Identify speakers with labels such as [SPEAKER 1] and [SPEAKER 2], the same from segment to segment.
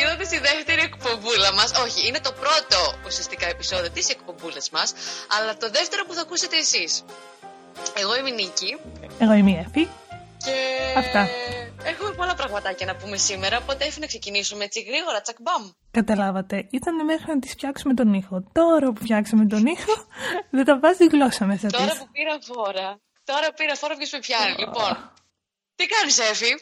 [SPEAKER 1] Λοιπόν, εκπομπούλα μα. Όχι, είναι το πρώτο ουσιαστικά επεισόδιο τη εκπομπούλα μα, αλλά το δεύτερο που θα ακούσετε εσείς. Εγώ είμαι η Νίκη.
[SPEAKER 2] Εγώ είμαι η Εφη.
[SPEAKER 1] Και
[SPEAKER 2] Αυτά.
[SPEAKER 1] έχουμε πολλά πραγματάκια να πούμε σήμερα, οπότε έφυγε να ξεκινήσουμε έτσι γρήγορα, τσακμπαμ.
[SPEAKER 2] Καταλάβατε, ήταν μέχρι να τη φτιάξουμε τον ήχο. Τώρα που φτιάξαμε τον ήχο, δεν τα βάζει η γλώσσα μέσα τη.
[SPEAKER 1] Τώρα που πήρα φόρα. Τώρα πήρα φόρα, ποιος με πιάνει. Λοιπόν, τι κάνεις, Εφη.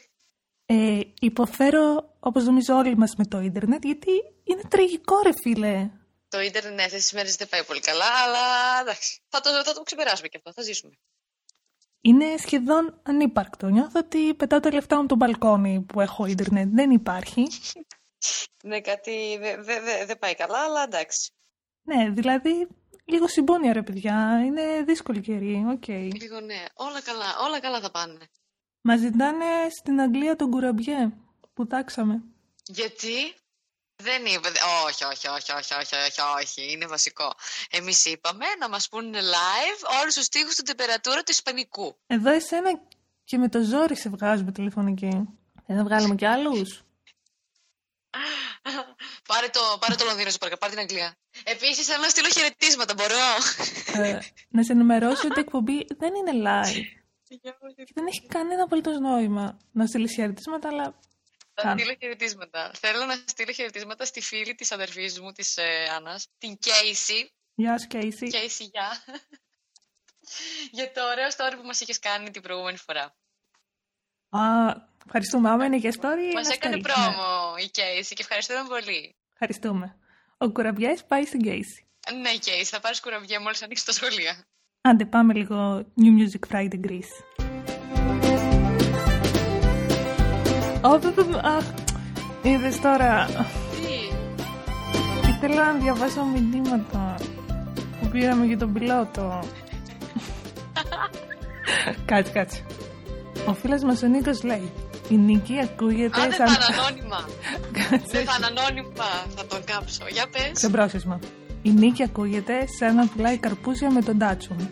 [SPEAKER 2] Ε, υποφέρω, όπως νομίζω όλοι μας με το ίντερνετ, γιατί είναι τραγικό, ρε φίλε.
[SPEAKER 1] Το ίντερνετ ναι, αυτέ τις μέρες δεν πάει πολύ καλά, αλλά εντάξει. Θα το, θα το ξεπεράσουμε και αυτό, θα ζήσουμε.
[SPEAKER 2] Είναι σχεδόν ανύπαρκτο. Νιώθω ότι πετάω τα λεφτά μου από τον μπαλκόνι που έχω ίντερνετ. Δεν υπάρχει.
[SPEAKER 1] Ναι, κάτι δεν δε, δε, δεν πάει καλά, αλλά εντάξει.
[SPEAKER 2] Ναι, δηλαδή, λίγο συμπόνια, ρε παιδιά. Είναι δύσκολη καιρή. Οκ.
[SPEAKER 1] Λίγο ναι, όλα καλά, όλα καλά θα πάνε.
[SPEAKER 2] Μας ζητάνε στην Αγγλία τον κουραμπιέ που τάξαμε.
[SPEAKER 1] Γιατί δεν είπε. Όχι, όχι, όχι, όχι, όχι, όχι, όχι. Είναι βασικό. Εμείς είπαμε να μας πούνε live όλους τους τοίχου στην τεμπερατούρα του Ισπανικού.
[SPEAKER 2] Εδώ εσένα και με το ζόρι σε βγάζουμε τηλεφωνική. Δεν θα βγάλουμε κι άλλους.
[SPEAKER 1] Πάρε το, πάρε το Λονδίνο, σε παρακαλώ, πάρε την Αγγλία. Επίσης, θέλω να στείλω χαιρετίσματα, μπορώ.
[SPEAKER 2] Ε, να σε ενημερώσω ότι η εκπομπή δεν είναι live. Και δεν έχει κανένα απολύτως νόημα να στείλεις χαιρετίσματα, αλλά.
[SPEAKER 1] Θα
[SPEAKER 2] Κάνω.
[SPEAKER 1] στείλω χαιρετίσματα. Θέλω να στείλω χαιρετίσματα στη φίλη της αδερφής μου, της ε, Άννας, την Casey.
[SPEAKER 2] Γεια σου, Casey.
[SPEAKER 1] Casey, γεια. Για το ωραίο story που μας είχες κάνει την προηγούμενη φορά.
[SPEAKER 2] Α, ευχαριστούμε. Άμα είναι για story.
[SPEAKER 1] Μα
[SPEAKER 2] να
[SPEAKER 1] έκανε
[SPEAKER 2] στέλνεις. Ναι,
[SPEAKER 1] πρόμο η Casey και ευχαριστούμε πολύ.
[SPEAKER 2] Ευχαριστούμε. Ο κουραμπιές πάει στην Casey.
[SPEAKER 1] Ναι, Casey, θα πάρεις κουραμπιέ μόλις ανοίξεις τα σχολεία.
[SPEAKER 2] Άντε, πάμε λίγο New Music Friday Greece. Ω, δε, δε, Αχ, είδες τώρα.
[SPEAKER 1] Τι,
[SPEAKER 2] Ήθελα να διαβάσω μηνύματα που πήραμε για τον πιλότο. κάτσε, κάτσε. Ο φίλος μας ο Νίκος λέει «Η Νίκη ακούγεται
[SPEAKER 1] αν δεν
[SPEAKER 2] σαν...»
[SPEAKER 1] θα ανώνυμα.
[SPEAKER 2] Κάτσε,
[SPEAKER 1] Δεν θα ανώνυμα, θα τον κάψω. Για πες.
[SPEAKER 2] σε πρόσεσμα. «Η Νίκη ακούγεται σαν να πουλάει καρπούζια με τον τάτσο μου».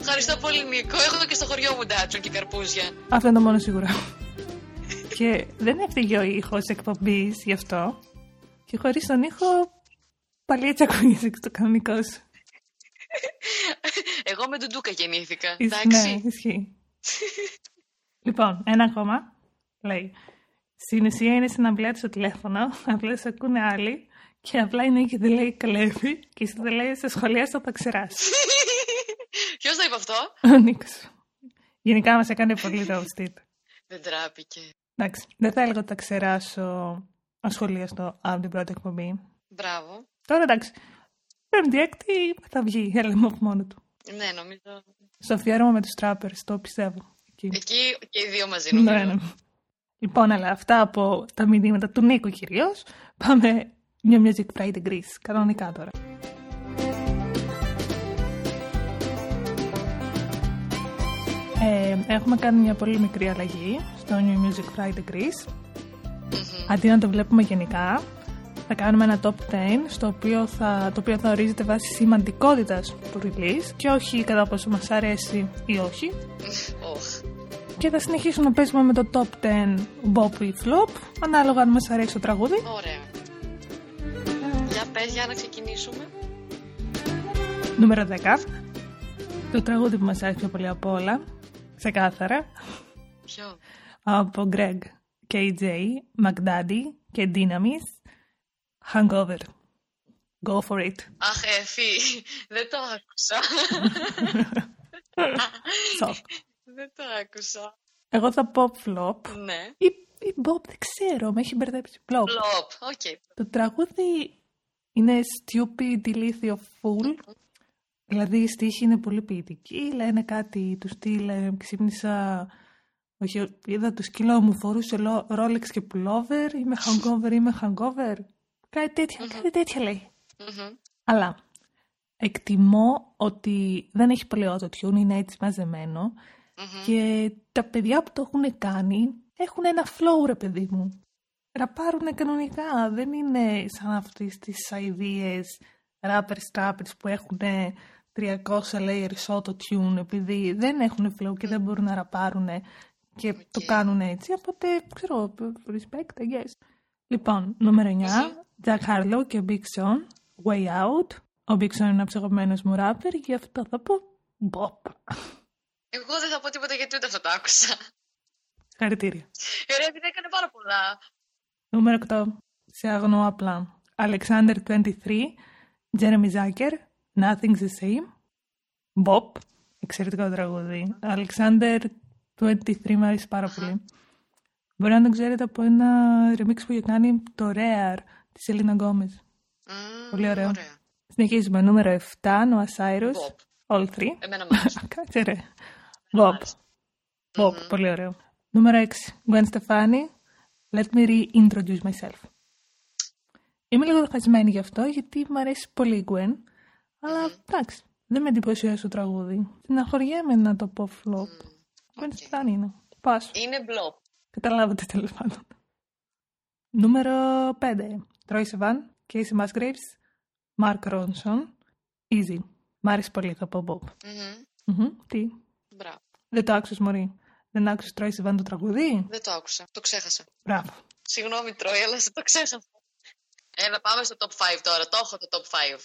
[SPEAKER 1] Ευχαριστώ πολύ, Νίκο. Έχω και στο χωριό μου ντάτσο και καρπούζια.
[SPEAKER 2] Αυτό είναι το μόνο σίγουρο. και δεν έφυγε ο ήχος εκπομπής γι' αυτό. Και χωρίς τον ήχο πάλι έτσι ακούγεσαι το κανονικό σου.
[SPEAKER 1] Εγώ με τον Ντούκα γεννήθηκα.
[SPEAKER 2] Ισ- Ναι,
[SPEAKER 1] Εντάξει.
[SPEAKER 2] ισχύει. λοιπόν, ένα ακόμα λέει. Στην ουσία είναι συναυλία του στο τηλέφωνο, απλά σε ακούνε άλλοι και απλά η Νίκη δεν λέει καλέβη και εσύ δεν λέει σε σχολεία θα τα ξεράσει.
[SPEAKER 1] Ποιος το είπε αυτό,
[SPEAKER 2] Ο Νίκος. Γενικά μας έκανε πολύ το outfit.
[SPEAKER 1] Δεν τράπηκε.
[SPEAKER 2] Εντάξει, δεν θα έλεγα ότι τα ξεράσω ασχολίαστο από την πρώτη εκπομπή.
[SPEAKER 1] Μπράβο.
[SPEAKER 2] Τώρα εντάξει, πέμπτη έκτη θα βγει, έλεγα από μόνο του.
[SPEAKER 1] Ναι, νομίζω.
[SPEAKER 2] Στο αφιέρωμα με τους τράπερς, το πιστεύω. Εκεί.
[SPEAKER 1] Εκεί και οι δύο μαζί νομίζω.
[SPEAKER 2] Ναι, ναι. Λοιπόν, αλλά αυτά από τα μηνύματα του Νίκου κυρίως. Πάμε New Music Friday Greece, κανονικά τώρα. Ε, έχουμε κάνει μια πολύ μικρή αλλαγή στο New Music Friday Greece.
[SPEAKER 1] Μμμ.
[SPEAKER 2] Αντί να το βλέπουμε γενικά, θα κάνουμε ένα top 10 στο οποίο θα, το οποίο θα ορίζεται βάσει σημαντικότητας του release και όχι κατά πόσο μας αρέσει ή όχι.
[SPEAKER 1] Οχ.
[SPEAKER 2] Και θα συνεχίσουμε να παίζουμε με το top 10 Bop ή Flop, ανάλογα αν μας αρέσει το τραγούδι.
[SPEAKER 1] Ωραία. Για πες, για να ξεκινήσουμε.
[SPEAKER 2] Νούμερο 10. Το τραγούδι που μας άρεσε πιο πολύ από όλα, ξεκάθαρα,
[SPEAKER 1] Ποιο.
[SPEAKER 2] από Greg, KJ, McDaddy και Dynamis, Hangover. Go for it.
[SPEAKER 1] Αχ, εφή. Δεν το άκουσα.
[SPEAKER 2] Flop.
[SPEAKER 1] Δεν το άκουσα.
[SPEAKER 2] Εγώ θα πω Flop.
[SPEAKER 1] Ναι.
[SPEAKER 2] Ή, ή Bob, δεν ξέρω, με έχει μπερδέψει. Flop.
[SPEAKER 1] Λοπ. Οκ.
[SPEAKER 2] Το τραγούδι είναι stupid, ηλίθιο, full. Δηλαδή η στίχη είναι πολύ ποιητική, λένε κάτι τους στυλ, ε, ξύπνησα, όχι, είδα το σκύλο μου, φορούσε λο- Rolex και pullover, είμαι hangover, είμαι hangover. Κάτι τέτοια, κάτι τέτοια λέει.
[SPEAKER 1] Μμμ.
[SPEAKER 2] Αλλά εκτιμώ ότι δεν έχει πολύ auto-tune, είναι έτσι μαζεμένο
[SPEAKER 1] Μμμ.
[SPEAKER 2] και τα παιδιά που το έχουν κάνει έχουν ένα flow, ρε παιδί μου. Ραπάρουν κανονικά. Δεν είναι σαν αυτές τις αειδίε rappers, trappers που έχουν 300 layers auto tune επειδή δεν έχουν flow και δεν μπορούν να ραπάρουν και το
[SPEAKER 1] Οκ.
[SPEAKER 2] κάνουν έτσι. Οπότε ξέρω, respect, I guess. Λοιπόν, νούμερο 9,
[SPEAKER 1] Εσύ.
[SPEAKER 2] Jack Harlow και Big Sean, Way Out. Ο Big Sean είναι ένα ψεγωμένο μου ράπερ και γι' αυτό θα πω Bop.
[SPEAKER 1] Εγώ δεν θα πω τίποτα γιατί ούτε αυτό το άκουσα.
[SPEAKER 2] Χαρητήρια.
[SPEAKER 1] Η ωραία επειδή έκανε πάρα πολλά.
[SPEAKER 2] Νούμερο 8, σε αγνοώ απλά. Alexander 23, Jeremy Zucker, Nothing's the Same, Bop. Εξαιρετικό τραγούδι. Alexander 23 μου αρέσει πάρα πολύ. Μπορεί να τον ξέρετε από ένα remix που είχε κάνει το Rare της Selena Gomez.
[SPEAKER 1] Μμμ,
[SPEAKER 2] Πολύ ωραίο. Συνεχίζουμε. Νούμερο 7, Noah Cyrus.
[SPEAKER 1] Bob.
[SPEAKER 2] All three.
[SPEAKER 1] Εμένα μου άρεσε.
[SPEAKER 2] Κάτσε ρε. Bob. Bob. Πολύ ωραίο. Νούμερο 6, Gwen Stefani. Let me reintroduce myself. Είμαι λίγο χασμένη γι' αυτό, γιατί μου αρέσει πολύ η Gwen. Αλλά εντάξει, δεν με εντυπωσιάζει το τραγούδι. Συναχωριέμαι να το πω flop. Gwen Stefani είναι. Πάσου.
[SPEAKER 1] Είναι μπλοπ.
[SPEAKER 2] Καταλάβατε τέλος πάντων. Νούμερο 5. Τρόι Σεβάν, Casey Musgraves, Mark Ronson, Easy. Μ' άρεσε πολύ, θα πω Bob.
[SPEAKER 1] Μμμ.
[SPEAKER 2] Μμμ, Τι.
[SPEAKER 1] Μπράβο.
[SPEAKER 2] Δεν το άκουσες, Μωρή. Δεν άκουσες Τρόι Σεβάν το τραγουδί.
[SPEAKER 1] Δεν το άκουσα. Το ξέχασα.
[SPEAKER 2] Μπράβο.
[SPEAKER 1] Συγγνώμη, Τρόι, αλλά σε το ξέχασα. Έλα, πάμε στο top 5 τώρα. Το έχω το top 5.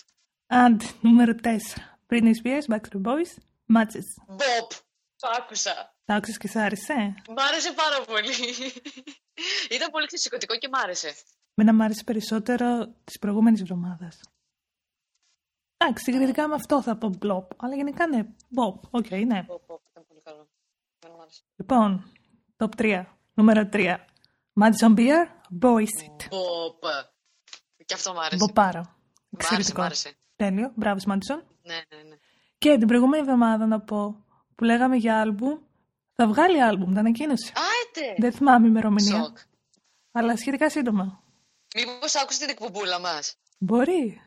[SPEAKER 2] And νούμερο 4. Britney Spears, Backstreet Boys, Matches.
[SPEAKER 1] Μπομπ. Το άκουσα.
[SPEAKER 2] Τα άκουσες και σ' άρεσε.
[SPEAKER 1] Μ' άρεσε πάρα πολύ. Ήταν πολύ ξεσηκωτικό και μ' άρεσε.
[SPEAKER 2] Μένα μ' άρεσε περισσότερο της προηγούμενης εβδομάδας. Εντάξει, συγκριτικά με αυτό θα πω Blop. Αλλά γενικά ναι, Bob. Οκ, ναι.
[SPEAKER 1] Μπομπ, μπομπ, ήταν πολύ καλό. Εμένα μου άρεσε.
[SPEAKER 2] Λοιπόν, top 3. Νούμερο 3. Madison Beer, Boys It.
[SPEAKER 1] Μπομπ. Και αυτό μ' άρεσε.
[SPEAKER 2] Μποπάρα.
[SPEAKER 1] Μ' άρεσε, μ'
[SPEAKER 2] Εξαιρετικό.
[SPEAKER 1] άρεσε.
[SPEAKER 2] Τέλειο. Μπράβο, Madison.
[SPEAKER 1] Ναι, ναι, ναι.
[SPEAKER 2] Και την προηγούμενη εβδομάδα να πω που λέγαμε για άλμπουμ. Θα βγάλει άλμπουμ, τα ανακοίνωσε.
[SPEAKER 1] Άιτε!
[SPEAKER 2] Δεν θυμάμαι ημερομηνία,
[SPEAKER 1] Σοκ.
[SPEAKER 2] αλλά σχετικά σύντομα.
[SPEAKER 1] Μήπως άκουσες την εκπομπούλα μας.
[SPEAKER 2] Μπορεί.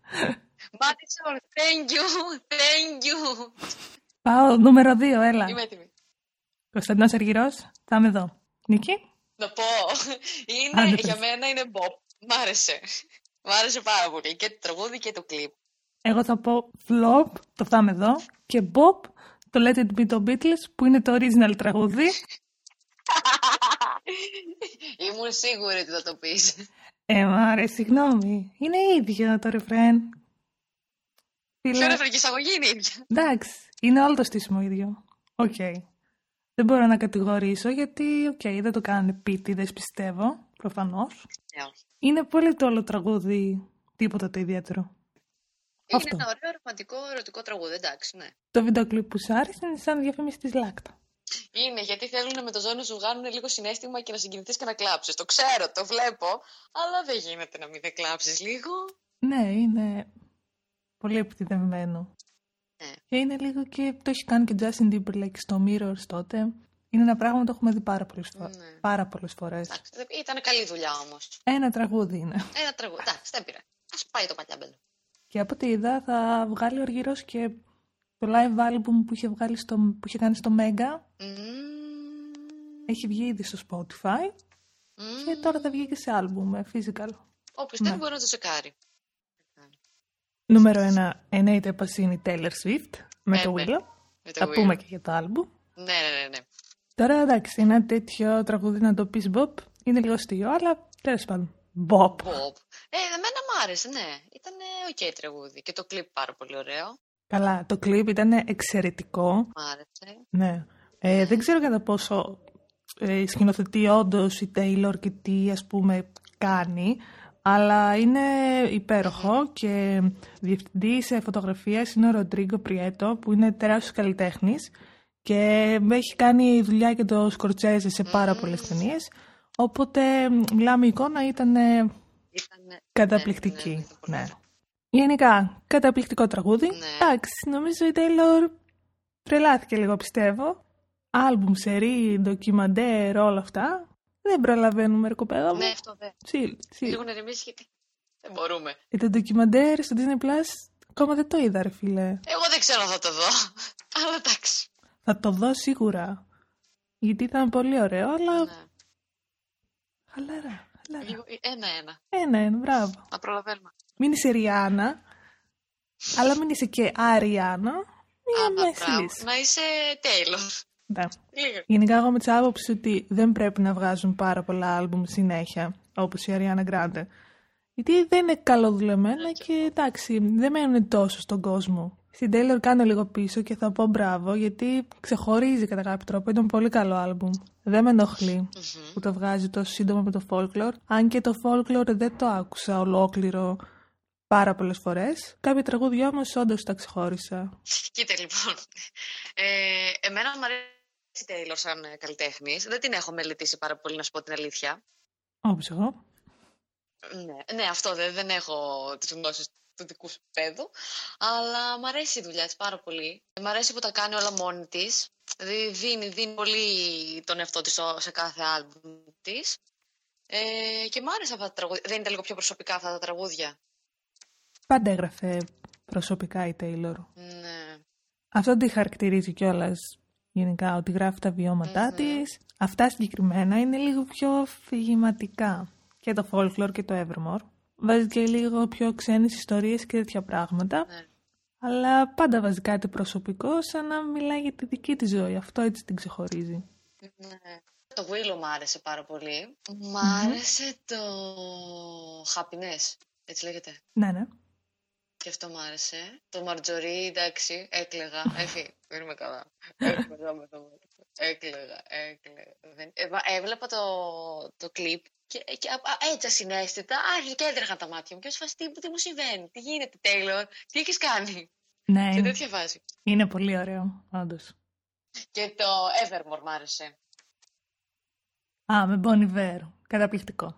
[SPEAKER 1] Μάτισον, thank you, thank you.
[SPEAKER 2] Πάω νούμερο 2, έλα.
[SPEAKER 1] Είμαι έτοιμη.
[SPEAKER 2] Κωνσταντινός Αργυρός, θα είμαι εδώ. Νίκη.
[SPEAKER 1] Να πω. Είναι,
[SPEAKER 2] Άντε,
[SPEAKER 1] για
[SPEAKER 2] πες.
[SPEAKER 1] μένα είναι Bob. Μ' άρεσε. Μ' άρεσε πάρα πολύ. Και το τραγούδι και το κλιπ.
[SPEAKER 2] Εγώ θα πω Flop, το φτάμε εδώ. Και Bob, το Let It Be το Beatles, που είναι το original τραγούδι.
[SPEAKER 1] Ήμουν σίγουρη ότι θα το πεις.
[SPEAKER 2] Ε, μάρε, συγγνώμη. Είναι ίδιο το ρεφρέν.
[SPEAKER 1] Πιο
[SPEAKER 2] Φίλε,
[SPEAKER 1] νεφρική εισαγωγή είναι η ίδια.
[SPEAKER 2] εντάξει, είναι όλο το στήσιμο ίδιο. Οκ. Δεν μπορώ να κατηγορήσω γιατί, οκ, δεν το κάνουν επίτηδες, πιστεύω, προφανώς.
[SPEAKER 1] Ναι, όχι.
[SPEAKER 2] Είναι πολύ το όλο τραγούδι, τίποτα το ιδιαίτερο.
[SPEAKER 1] Είναι
[SPEAKER 2] Αυτό.
[SPEAKER 1] ένα ωραίο ρομαντικό ερωτικό τραγούδι, εντάξει, ναι.
[SPEAKER 2] Το βίντεο κλιπ που σ' άρεσε είναι σαν διαφήμιση της Λάκτα.
[SPEAKER 1] Είναι γιατί θέλουν με το ζώο να σου βγάλουν λίγο συνέστημα και να συγκινηθείς και να κλάψεις. Το ξέρω, το βλέπω. Αλλά δεν γίνεται να μην δεν κλάψεις λίγο.
[SPEAKER 2] Ναι, είναι πολύ επιτυδευμένο.
[SPEAKER 1] Ναι.
[SPEAKER 2] Και είναι λίγο και το έχει κάνει και ο Justin Timberlake στο Mirrors τότε. Είναι ένα πράγμα που το έχουμε δει πάρα πολλές, φο-
[SPEAKER 1] Ναι.
[SPEAKER 2] πάρα πολλές φορές.
[SPEAKER 1] Εντάξει, δεν- Ήταν καλή δουλειά όμως.
[SPEAKER 2] Ένα τραγούδι είναι.
[SPEAKER 1] Ένα τραγούδι. Εντάξει, δεν πειράζει. Ας πάει το παλιάμπελο.
[SPEAKER 2] Και από ό,τι είδα θα βγάλει ο Αργυρός και το live album που είχε, βγάλει στο, που είχε κάνει στο Mega
[SPEAKER 1] Mm,
[SPEAKER 2] έχει βγει ήδη στο Spotify
[SPEAKER 1] mm.
[SPEAKER 2] και τώρα θα βγει και σε album, ε, physical.
[SPEAKER 1] Όποιος
[SPEAKER 2] Ναι.
[SPEAKER 1] δεν μπορεί να το σεκάρει.
[SPEAKER 2] Νούμερο 1, εννοείται πως είναι η Taylor Swift με
[SPEAKER 1] Ε,
[SPEAKER 2] το
[SPEAKER 1] ναι.
[SPEAKER 2] Willow.
[SPEAKER 1] Με το
[SPEAKER 2] Θα
[SPEAKER 1] Will.
[SPEAKER 2] πούμε και για το album.
[SPEAKER 1] Ναι, ναι, ναι. ναι.
[SPEAKER 2] Τώρα εντάξει, ένα τέτοιο τραγούδι να το πεις Bob είναι λίγο αστείο, αλλά τέλος πάντων. Bob.
[SPEAKER 1] Bob. Ε, εμένα μου άρεσε, ναι. Ήταν οκ τραγούδι. Και το κλιπ πάρα πολύ ωραίο.
[SPEAKER 2] Καλά, το κλιπ ήταν εξαιρετικό.
[SPEAKER 1] Μ' άρεσε.
[SPEAKER 2] Ναι. Ε, δεν ξέρω κατά πόσο ε, σκηνοθετεί όντως η Τέιλορ και τι ας πούμε κάνει, αλλά είναι υπέροχο και διευθυντής ε, φωτογραφίας είναι ο Ροντρίγκο Πριέτο που είναι τεράστιος καλλιτέχνης και έχει κάνει δουλειά και το Σκορτσέζε σε πάρα πολλές ταινίες, οπότε μιλάμε η εικόνα ήταν ε,
[SPEAKER 1] Ήταν.
[SPEAKER 2] καταπληκτική.
[SPEAKER 1] ναι, ναι,
[SPEAKER 2] Ναι,
[SPEAKER 1] ήταν πολύ ωραία.
[SPEAKER 2] Γενικά, καταπληκτικό τραγούδι.
[SPEAKER 1] Ναι.
[SPEAKER 2] Εντάξει, νομίζω η Taylor τρελάθηκε λίγο, πιστεύω. Άλμπουμ, σερί, ντοκιμαντέρ, όλα αυτά. Δεν προλαβαίνουμε, ρε κοπέλα μου.
[SPEAKER 1] Ναι, αυτό δεν.
[SPEAKER 2] Chill, chill.
[SPEAKER 1] Λίγο να ρεμίσει γιατί δεν μπορούμε.
[SPEAKER 2] Ε, το ντοκιμαντέρ στο Disney Plus ακόμα δεν το είδα, ρε φίλε.
[SPEAKER 1] Εγώ δεν ξέρω αν θα το δω. Αλλά εντάξει.
[SPEAKER 2] Θα το δω σίγουρα. Γιατί ήταν πολύ ωραίο, αλλά
[SPEAKER 1] Ναι.
[SPEAKER 2] χαλαρά, χαλαρά.
[SPEAKER 1] Λίγο- Ένα-ένα.
[SPEAKER 2] Ένα, ένα, μπράβο.
[SPEAKER 1] Να προλαβαίνουμε.
[SPEAKER 2] Μην είσαι Ριάννα, αλλά μην είσαι και Αριάννα. Μία
[SPEAKER 1] Άννα,
[SPEAKER 2] μέση
[SPEAKER 1] μπράβο.
[SPEAKER 2] λύση.
[SPEAKER 1] Να είσαι Τέιλορ.
[SPEAKER 2] Ναι.
[SPEAKER 1] Λίγο.
[SPEAKER 2] Γενικά εγώ είμαι της άποψης ότι δεν πρέπει να βγάζουν πάρα πολλά άλμπουμ συνέχεια. όπως η Ariana Grande. Γιατί δεν είναι καλοδουλεμένα και εντάξει, δεν μένουν τόσο στον κόσμο. Στην Taylor κάνω λίγο πίσω και θα πω μπράβο, γιατί ξεχωρίζει κατά κάποιο τρόπο. Ήταν πολύ καλό άλμπουμ. Δεν με ενοχλεί
[SPEAKER 1] Μμμ.
[SPEAKER 2] που το βγάζει τόσο σύντομα με το folklore. Αν και το folklore δεν το άκουσα ολόκληρο πάρα πολλές φορές. Κάποια τραγούδια όμως όντως τα ξεχώρισα.
[SPEAKER 1] Κοίτα λοιπόν. Ε, εμένα μου αρέσει η Τέιλορ σαν ε, καλλιτέχνης. Δεν την έχω μελετήσει πάρα πολύ, να σου πω την αλήθεια.
[SPEAKER 2] Όπω εγώ.
[SPEAKER 1] Ναι, ναι αυτό δεν, δεν έχω τις γνώσεις του δικού σου παιδού. Αλλά μου αρέσει η δουλειά της πάρα πολύ. Μ' αρέσει που τα κάνει όλα μόνη της. Δηλαδή δίνει, δίνει πολύ τον εαυτό της σε κάθε άλμπουμ της. Ε, και μου άρεσαν αυτά τα τραγούδια. Δεν ήταν λίγο πιο προσωπικά αυτά τα τραγούδια.
[SPEAKER 2] Πάντα έγραφε προσωπικά η Taylor.
[SPEAKER 1] Ναι.
[SPEAKER 2] Αυτό τη χαρακτηρίζει κιόλας γενικά, ότι γράφει τα βιώματά
[SPEAKER 1] Μμμ.
[SPEAKER 2] της. Αυτά συγκεκριμένα είναι λίγο πιο αφηγηματικά. Και το folklore και το Evermore. Βάζει και λίγο πιο ξένες ιστορίες και τέτοια πράγματα.
[SPEAKER 1] Ναι.
[SPEAKER 2] Αλλά πάντα βάζει κάτι προσωπικό, σαν να μιλάει για τη δική της ζωή. Αυτό έτσι την ξεχωρίζει.
[SPEAKER 1] Ναι. Το Willow μ' άρεσε πάρα πολύ. Μ'
[SPEAKER 2] Μμμ.
[SPEAKER 1] άρεσε το Happiness, έτσι λέγεται.
[SPEAKER 2] Ναι, ναι.
[SPEAKER 1] Και αυτό μ' άρεσε. Το Μαρτζορί, εντάξει, έκλεγα. Έφη, δεν είμαι καλά. Έκλεγα με το Μαρτζορί. Έκλεγα, έκλεγα. Δεν... Ε, μα- έβλεπα το, το κλιπ και, και α- α- έτσι ασυναίσθητα άρχισε και έτρεχαν τα μάτια μου. Και ως φάση, τι, τι μου συμβαίνει, τι γίνεται, Τέιλορ, τι έχεις κάνει.
[SPEAKER 2] Ναι,
[SPEAKER 1] Και τέτοια βάση.
[SPEAKER 2] είναι πολύ ωραίο, όντως.
[SPEAKER 1] Και το Evermore μ' άρεσε.
[SPEAKER 2] Α, με Bon Iver. Καταπληκτικό.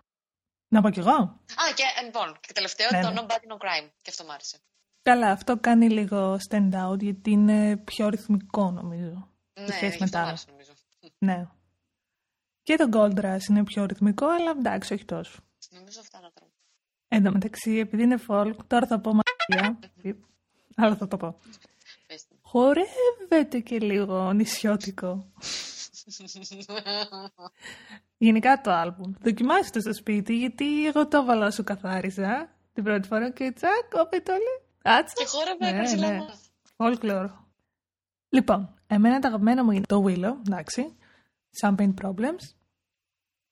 [SPEAKER 2] Να πω κι εγώ.
[SPEAKER 1] Α, και ε, λοιπόν, και τελευταίο,
[SPEAKER 2] Ναι,
[SPEAKER 1] το
[SPEAKER 2] ναι.
[SPEAKER 1] Nobody No Crime. Και αυτό μ' άρεσε.
[SPEAKER 2] Καλά, αυτό κάνει λίγο stand out γιατί είναι πιο ρυθμικό νομίζω.
[SPEAKER 1] Ναι,
[SPEAKER 2] σε σχέση
[SPEAKER 1] γι'
[SPEAKER 2] με
[SPEAKER 1] αυτό
[SPEAKER 2] τα
[SPEAKER 1] μ'
[SPEAKER 2] άλλα.
[SPEAKER 1] άρεσε, νομίζω.
[SPEAKER 2] Ναι. Και το Gold Rush είναι πιο ρυθμικό, αλλά εντάξει, όχι τόσο.
[SPEAKER 1] Νομίζω αυτά να τρώμε.
[SPEAKER 2] Εν τω μεταξύ, επειδή είναι folk, τώρα θα πω μαγεία, αλλά θα το πω.
[SPEAKER 1] Πες την.
[SPEAKER 2] Χορεύεται και λίγο νησιώτικο. Γενικά το άλμπουμ. Δοκιμάστε το στο σπίτι, γιατί εγώ το έβαλα όσο καθάρισα την πρώτη φορά και τσακ, όπε το λέει. Άτσα.
[SPEAKER 1] Και χόρευε
[SPEAKER 2] Ναι,
[SPEAKER 1] βραζιλανό.
[SPEAKER 2] ναι. Folklore. Λοιπόν, εμένα τα αγαπημένα μου είναι το Willow, εντάξει. Champagne Problems.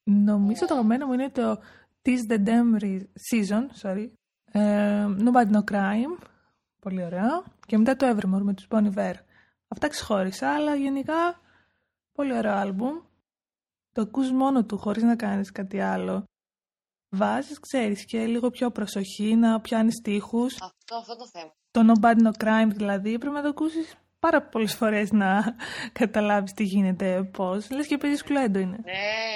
[SPEAKER 2] Νομίζω το αγαπημένο μου είναι το Tis the Damn Re- Season, sorry. Ε, Nobody No Crime, πολύ ωραίο. Και μετά το Evermore με τους Bon Iver. Αυτά ξεχώρισα, αλλά γενικά πολύ ωραίο άλμπουμ. Το ακούς μόνο του, χωρίς να κάνεις κάτι άλλο. Βάζεις, ξέρεις, και λίγο πιο προσοχή να πιάνεις τείχους
[SPEAKER 1] Αυτό, αυτό το θέμα.
[SPEAKER 2] το Nobody No Crime δηλαδή πρέπει να το ακούσεις πάρα πολλές φορές να καταλάβεις τι γίνεται, πώς. Λες και παίζεις κλουέντο είναι.
[SPEAKER 1] Ναι.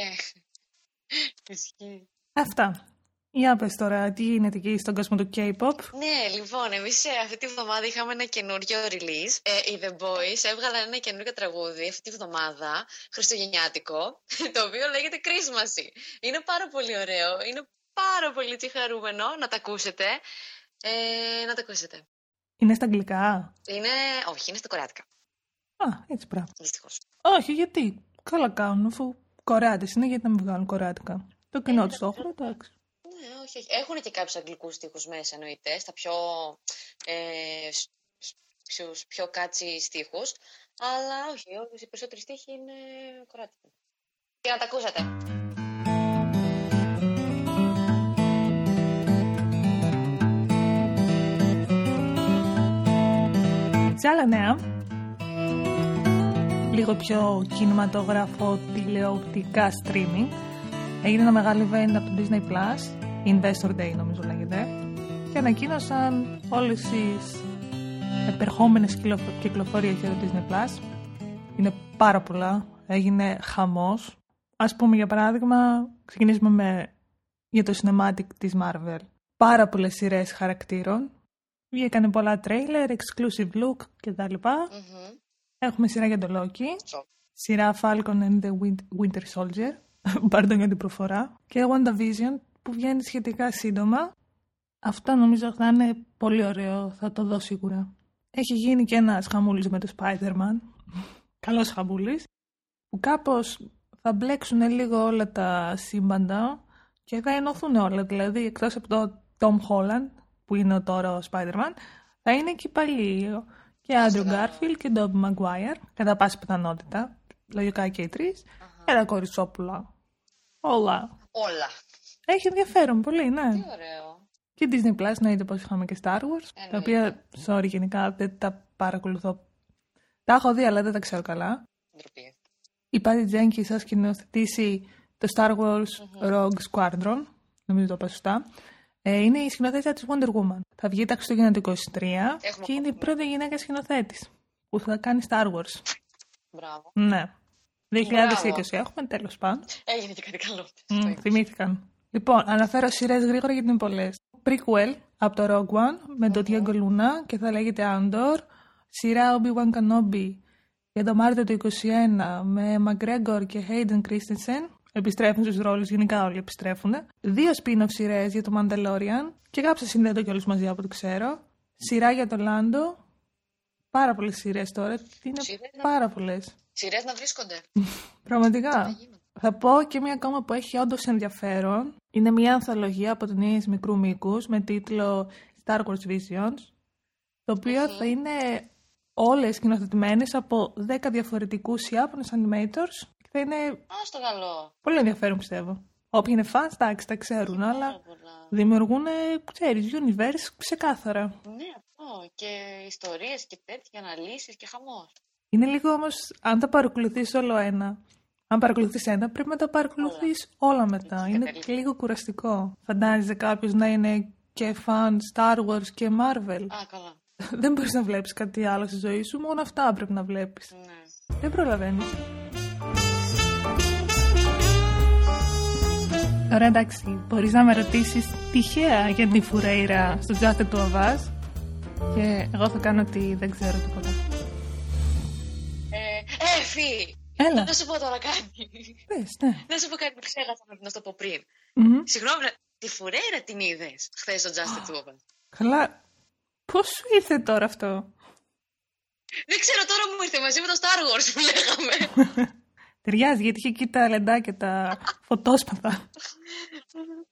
[SPEAKER 1] Ισχύει.
[SPEAKER 2] Αυτά. Για πες τώρα τι γίνεται εκεί στον κόσμο του K-pop.
[SPEAKER 1] Ναι, λοιπόν, εμείς αυτή τη βδομάδα είχαμε ένα καινούριο release. Ε, οι The Boys έβγαλαν ένα καινούριο τραγούδι αυτή τη βδομάδα, χριστουγεννιάτικο, το οποίο λέγεται Christmasy. Είναι πάρα πολύ ωραίο. Είναι πάρα πολύ τσιχαρούμενο να τα ακούσετε. Ε, να τα ακούσετε.
[SPEAKER 2] Είναι στα αγγλικά.
[SPEAKER 1] Είναι. Όχι, είναι στα κορεάτικα.
[SPEAKER 2] Α, έτσι πράγμα.
[SPEAKER 1] Δυστυχώς.
[SPEAKER 2] Όχι, γιατί. Καλά κάνουν αφού κοράτες είναι γιατί να μην βγάλουν κοράτικα. Το κοινό τους το έχουν, εντάξει.
[SPEAKER 1] Ναι, όχι, όχι. Έχουν και κάποιους αγγλικούς στίχους μέσα, εννοείται, στα πιο, ε, σ- σ- στους πιο κάτσι στίχους. Αλλά όχι, όλοι οι περισσότεροι στίχοι είναι κοράτικοι. Και να τα ακούσατε.
[SPEAKER 2] Σε άλλα νέα, λίγο πιο κινηματογράφο τηλεοπτικά streaming, έγινε ένα μεγάλο event από το Disney Plus, Investor Day νομίζω λέγεται, και ανακοίνωσαν όλες τις επερχόμενες κυκλο- κυκλοφορίες για το Disney Plus. Είναι πάρα πολλά, έγινε χαμός. Ας πούμε για παράδειγμα, ξεκινήσουμε με, για το cinematic της Marvel. Πάρα πολλές σειρές χαρακτήρων, Βγήκανε πολλά τρέιλερ, exclusive look κτλ.
[SPEAKER 1] Μμμ.
[SPEAKER 2] Έχουμε σειρά για το Loki,
[SPEAKER 1] Σοκ.
[SPEAKER 2] σειρά Falcon and the Win- Winter Soldier, pardon για την προφορά, και WandaVision που βγαίνει σχετικά σύντομα. Αυτό νομίζω θα είναι πολύ ωραίο, θα το δω σίγουρα. Έχει γίνει και ένας χαμούλης με το Spider-Man, καλός χαμούλης, που κάπως θα μπλέξουν λίγο όλα τα σύμπαντα και θα ενωθούν όλα, δηλαδή εκτός από το Tom Holland που είναι ο τώρα ο Spider-Man, θα είναι και πάλι ο- και Άντρου Γκάρφιλ και Ντόμπι Μαγκουάιερ, κατά πάση πιθανότητα. Λογικά και οι τρεις. Ένα κοριτσόπουλα. Όλα.
[SPEAKER 1] Όλα.
[SPEAKER 2] Έχει ενδιαφέρον πολύ,
[SPEAKER 1] Τι
[SPEAKER 2] ναι.
[SPEAKER 1] ωραίο.
[SPEAKER 2] Και Disney Plus, να είτε πως είχαμε και Star Wars, τα
[SPEAKER 1] Εννοείται.
[SPEAKER 2] οποία, sorry, γενικά δεν τα παρακολουθώ. Τα έχω δει, αλλά δεν τα ξέρω καλά.
[SPEAKER 1] Ντροπή.
[SPEAKER 2] Η Patty Jenkins θα σκηνοθετήσει το Star Wars
[SPEAKER 1] Mm-hmm.
[SPEAKER 2] Rogue Squadron, νομίζω το είπα σωστά. Ε, είναι η σκηνοθέτησα της Wonder Woman. Θα βγει τα Χριστούγεννα του 23
[SPEAKER 1] Έχουμε
[SPEAKER 2] και είναι η πρώτη γυναίκα σκηνοθέτης που θα κάνει Star Wars.
[SPEAKER 1] Μπράβο.
[SPEAKER 2] Ναι. 2020
[SPEAKER 1] Μπράβο.
[SPEAKER 2] έχουμε, τέλος πάντων.
[SPEAKER 1] Έγινε και κάτι καλό.
[SPEAKER 2] Μμ, θυμήθηκαν. Λοιπόν, αναφέρω σειρές γρήγορα γιατί είναι πολλές. Prequel από το Rogue One με τον Diego Luna και θα λέγεται Andor. Σειρά Obi-Wan Kenobi για το Μάρτιο του 2021 με McGregor και Hayden Christensen. Επιστρέφουν στους ρόλους, γενικά όλοι επιστρέφουν. Δύο spin-off σειρές για το Mandalorian και κάψα συνδέονται κιόλας μαζί από ό,τι ξέρω. Σειρά για το Lando. Πάρα πολλές σειρές τώρα. Είναι
[SPEAKER 1] Σειρές να-
[SPEAKER 2] πάρα πολλές.
[SPEAKER 1] Σειρές να βρίσκονται.
[SPEAKER 2] Πραγματικά. Θα πω και μία ακόμα που έχει όντως ενδιαφέρον. Είναι μία ανθολογία από ταινίε μικρού μήκους με τίτλο Star Wars Visions. Το οποίο θα είναι όλες σκηνοθετημένες από 10 διαφορετικούς Ιάπωνες animators. Και θα είναι
[SPEAKER 1] Α το καλό.
[SPEAKER 2] πολύ ενδιαφέρον, πιστεύω. Όποιοι είναι fans, εντάξει, τα ξέρουν,
[SPEAKER 1] Πάρα
[SPEAKER 2] αλλά
[SPEAKER 1] πολλά.
[SPEAKER 2] δημιουργούν, ξέρεις, universe ξεκάθαρα.
[SPEAKER 1] Ναι, αυτό. Και ιστορίες και τέτοια, και αναλύσεις και χαμός.
[SPEAKER 2] Είναι λίγο όμως, αν τα παρακολουθείς όλο ένα. Αν παρακολουθείς ένα, πρέπει να τα παρακολουθείς όλα μετά.
[SPEAKER 1] Έτσι,
[SPEAKER 2] Είναι
[SPEAKER 1] καταλήγει.
[SPEAKER 2] λίγο κουραστικό. Φαντάζεσαι κάποιος να είναι και fan Star Wars και Marvel.
[SPEAKER 1] Α, καλά.
[SPEAKER 2] Δεν μπορείς να βλέπεις κάτι άλλο στη ζωή σου, μόνο αυτά πρέπει να βλέπεις.
[SPEAKER 1] Ναι.
[SPEAKER 2] Δεν προλαβαίνεις. Τώρα εντάξει, μπορείς να με ρωτήσεις τυχαία για την Φουρέιρα στο τσάτε του Αβά. Και εγώ θα κάνω ότι δεν ξέρω τίποτα.
[SPEAKER 1] Ε, ε, φύ!
[SPEAKER 2] Έλα,
[SPEAKER 1] Να σου πω τώρα κάτι.
[SPEAKER 2] πες, ναι.
[SPEAKER 1] Να σου πω κάτι που ξέχασα να το πω πριν.
[SPEAKER 2] Μμμ.
[SPEAKER 1] Συγγνώμη, ρε, τη φουρέρα την είδες χθες στο Just It Over.
[SPEAKER 2] Καλά. Πώς σου ήρθε τώρα αυτό.
[SPEAKER 1] Δεν ξέρω τώρα μου ήρθε μαζί με το Star Wars που λέγαμε.
[SPEAKER 2] Ταιριάζει, γιατί είχε εκεί τα λεντάκια, τα φωτόσπαθα.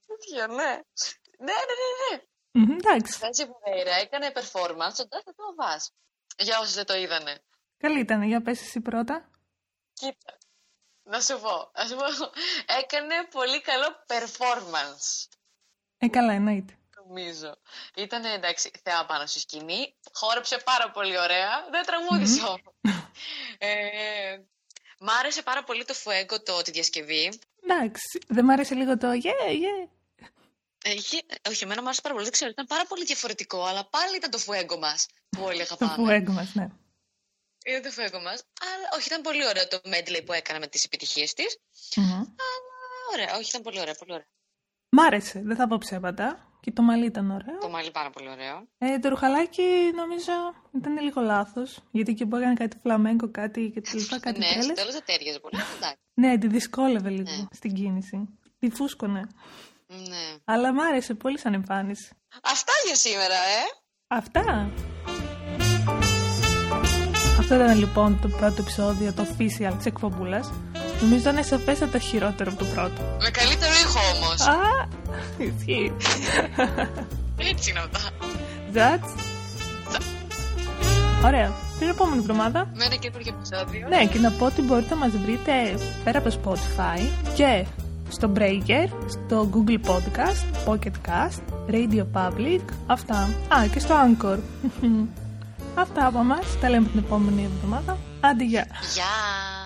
[SPEAKER 1] Τέτοιο, ναι. Ναι, ναι, ναι. ναι.
[SPEAKER 2] Μμμ, Εντάξει.
[SPEAKER 1] Χθες η φουρέρα έκανε performance στο Just It Over. Για όσους δεν το είδανε.
[SPEAKER 2] Καλή ήταν. Για πες εσύ πρώτα.
[SPEAKER 1] Κοίτα. Να σου πω, να σου πω, έκανε πολύ καλό performance.
[SPEAKER 2] Ε, καλά, εννοείται.
[SPEAKER 1] Νομίζω. Ήταν εντάξει, θεά πάνω στη σκηνή. Χόρεψε πάρα πολύ ωραία. Δεν τραγούδισε όμως. Ε, μ' άρεσε πάρα πολύ το φουέγκο το, τη διασκευή.
[SPEAKER 2] Εντάξει. Δεν μ' άρεσε λίγο το yeah, yeah.
[SPEAKER 1] Ε, είχε- όχι, εμένα μου άρεσε πάρα πολύ. Δεν ξέρω, ήταν πάρα πολύ διαφορετικό, αλλά πάλι ήταν το φουέγκο μας που όλοι
[SPEAKER 2] Το
[SPEAKER 1] αγαπάμε.
[SPEAKER 2] φουέγκο μας, ναι.
[SPEAKER 1] Ήταν το φουέγκο μας. Αλλά όχι, ήταν πολύ ωραίο το medley που έκανα με τις επιτυχίες της.
[SPEAKER 2] Μμμ.
[SPEAKER 1] Ωραία, όχι, ήταν πολύ ωραία, πολύ ωραία.
[SPEAKER 2] Μ' άρεσε. Δεν θα πω ψέματα. Και το μαλλί ήταν ωραίο.
[SPEAKER 1] Το μαλλί πάρα πολύ ωραίο.
[SPEAKER 2] Ε, το ρουχαλάκι νομίζω ήταν λίγο λάθος. Γιατί και που έκανε κάτι φλαμέγκο, κάτι και τα λοιπά, κάτι
[SPEAKER 1] ναι, στο
[SPEAKER 2] τρέλες.
[SPEAKER 1] τέλος δεν τέριαζε πολύ. αλλά Εντάξει.
[SPEAKER 2] Ναι, τη δυσκόλευε λίγο
[SPEAKER 1] Ναι.
[SPEAKER 2] στην κίνηση. Τη φούσκωνε.
[SPEAKER 1] Ναι.
[SPEAKER 2] Αλλά μ' άρεσε πολύ σαν εμφάνιση.
[SPEAKER 1] Αυτά για σήμερα, ε!
[SPEAKER 2] Αυτά. Αυτό ήταν λοιπόν το πρώτο επεισόδιο, το official της εκπομπούλας. Νομίζω ήταν σαφέστατα χειρότερο από το πρώτο.
[SPEAKER 1] Με καλύτερο ήχο όμως.
[SPEAKER 2] Α, ισχύει.
[SPEAKER 1] Έτσι είναι αυτά.
[SPEAKER 2] That's. Ωραία. Την επόμενη εβδομάδα.
[SPEAKER 1] Με ένα καινούργιο επεισόδιο.
[SPEAKER 2] Ναι, και να πω ότι μπορείτε να μας βρείτε πέρα από το Spotify και στο Breaker, στο Google Podcast, Pocket Cast, Radio Public, αυτά. Α, και στο Anchor. αυτά από μας. Τα λέμε την επόμενη εβδομάδα. Άντε, γεια.
[SPEAKER 1] Γεια!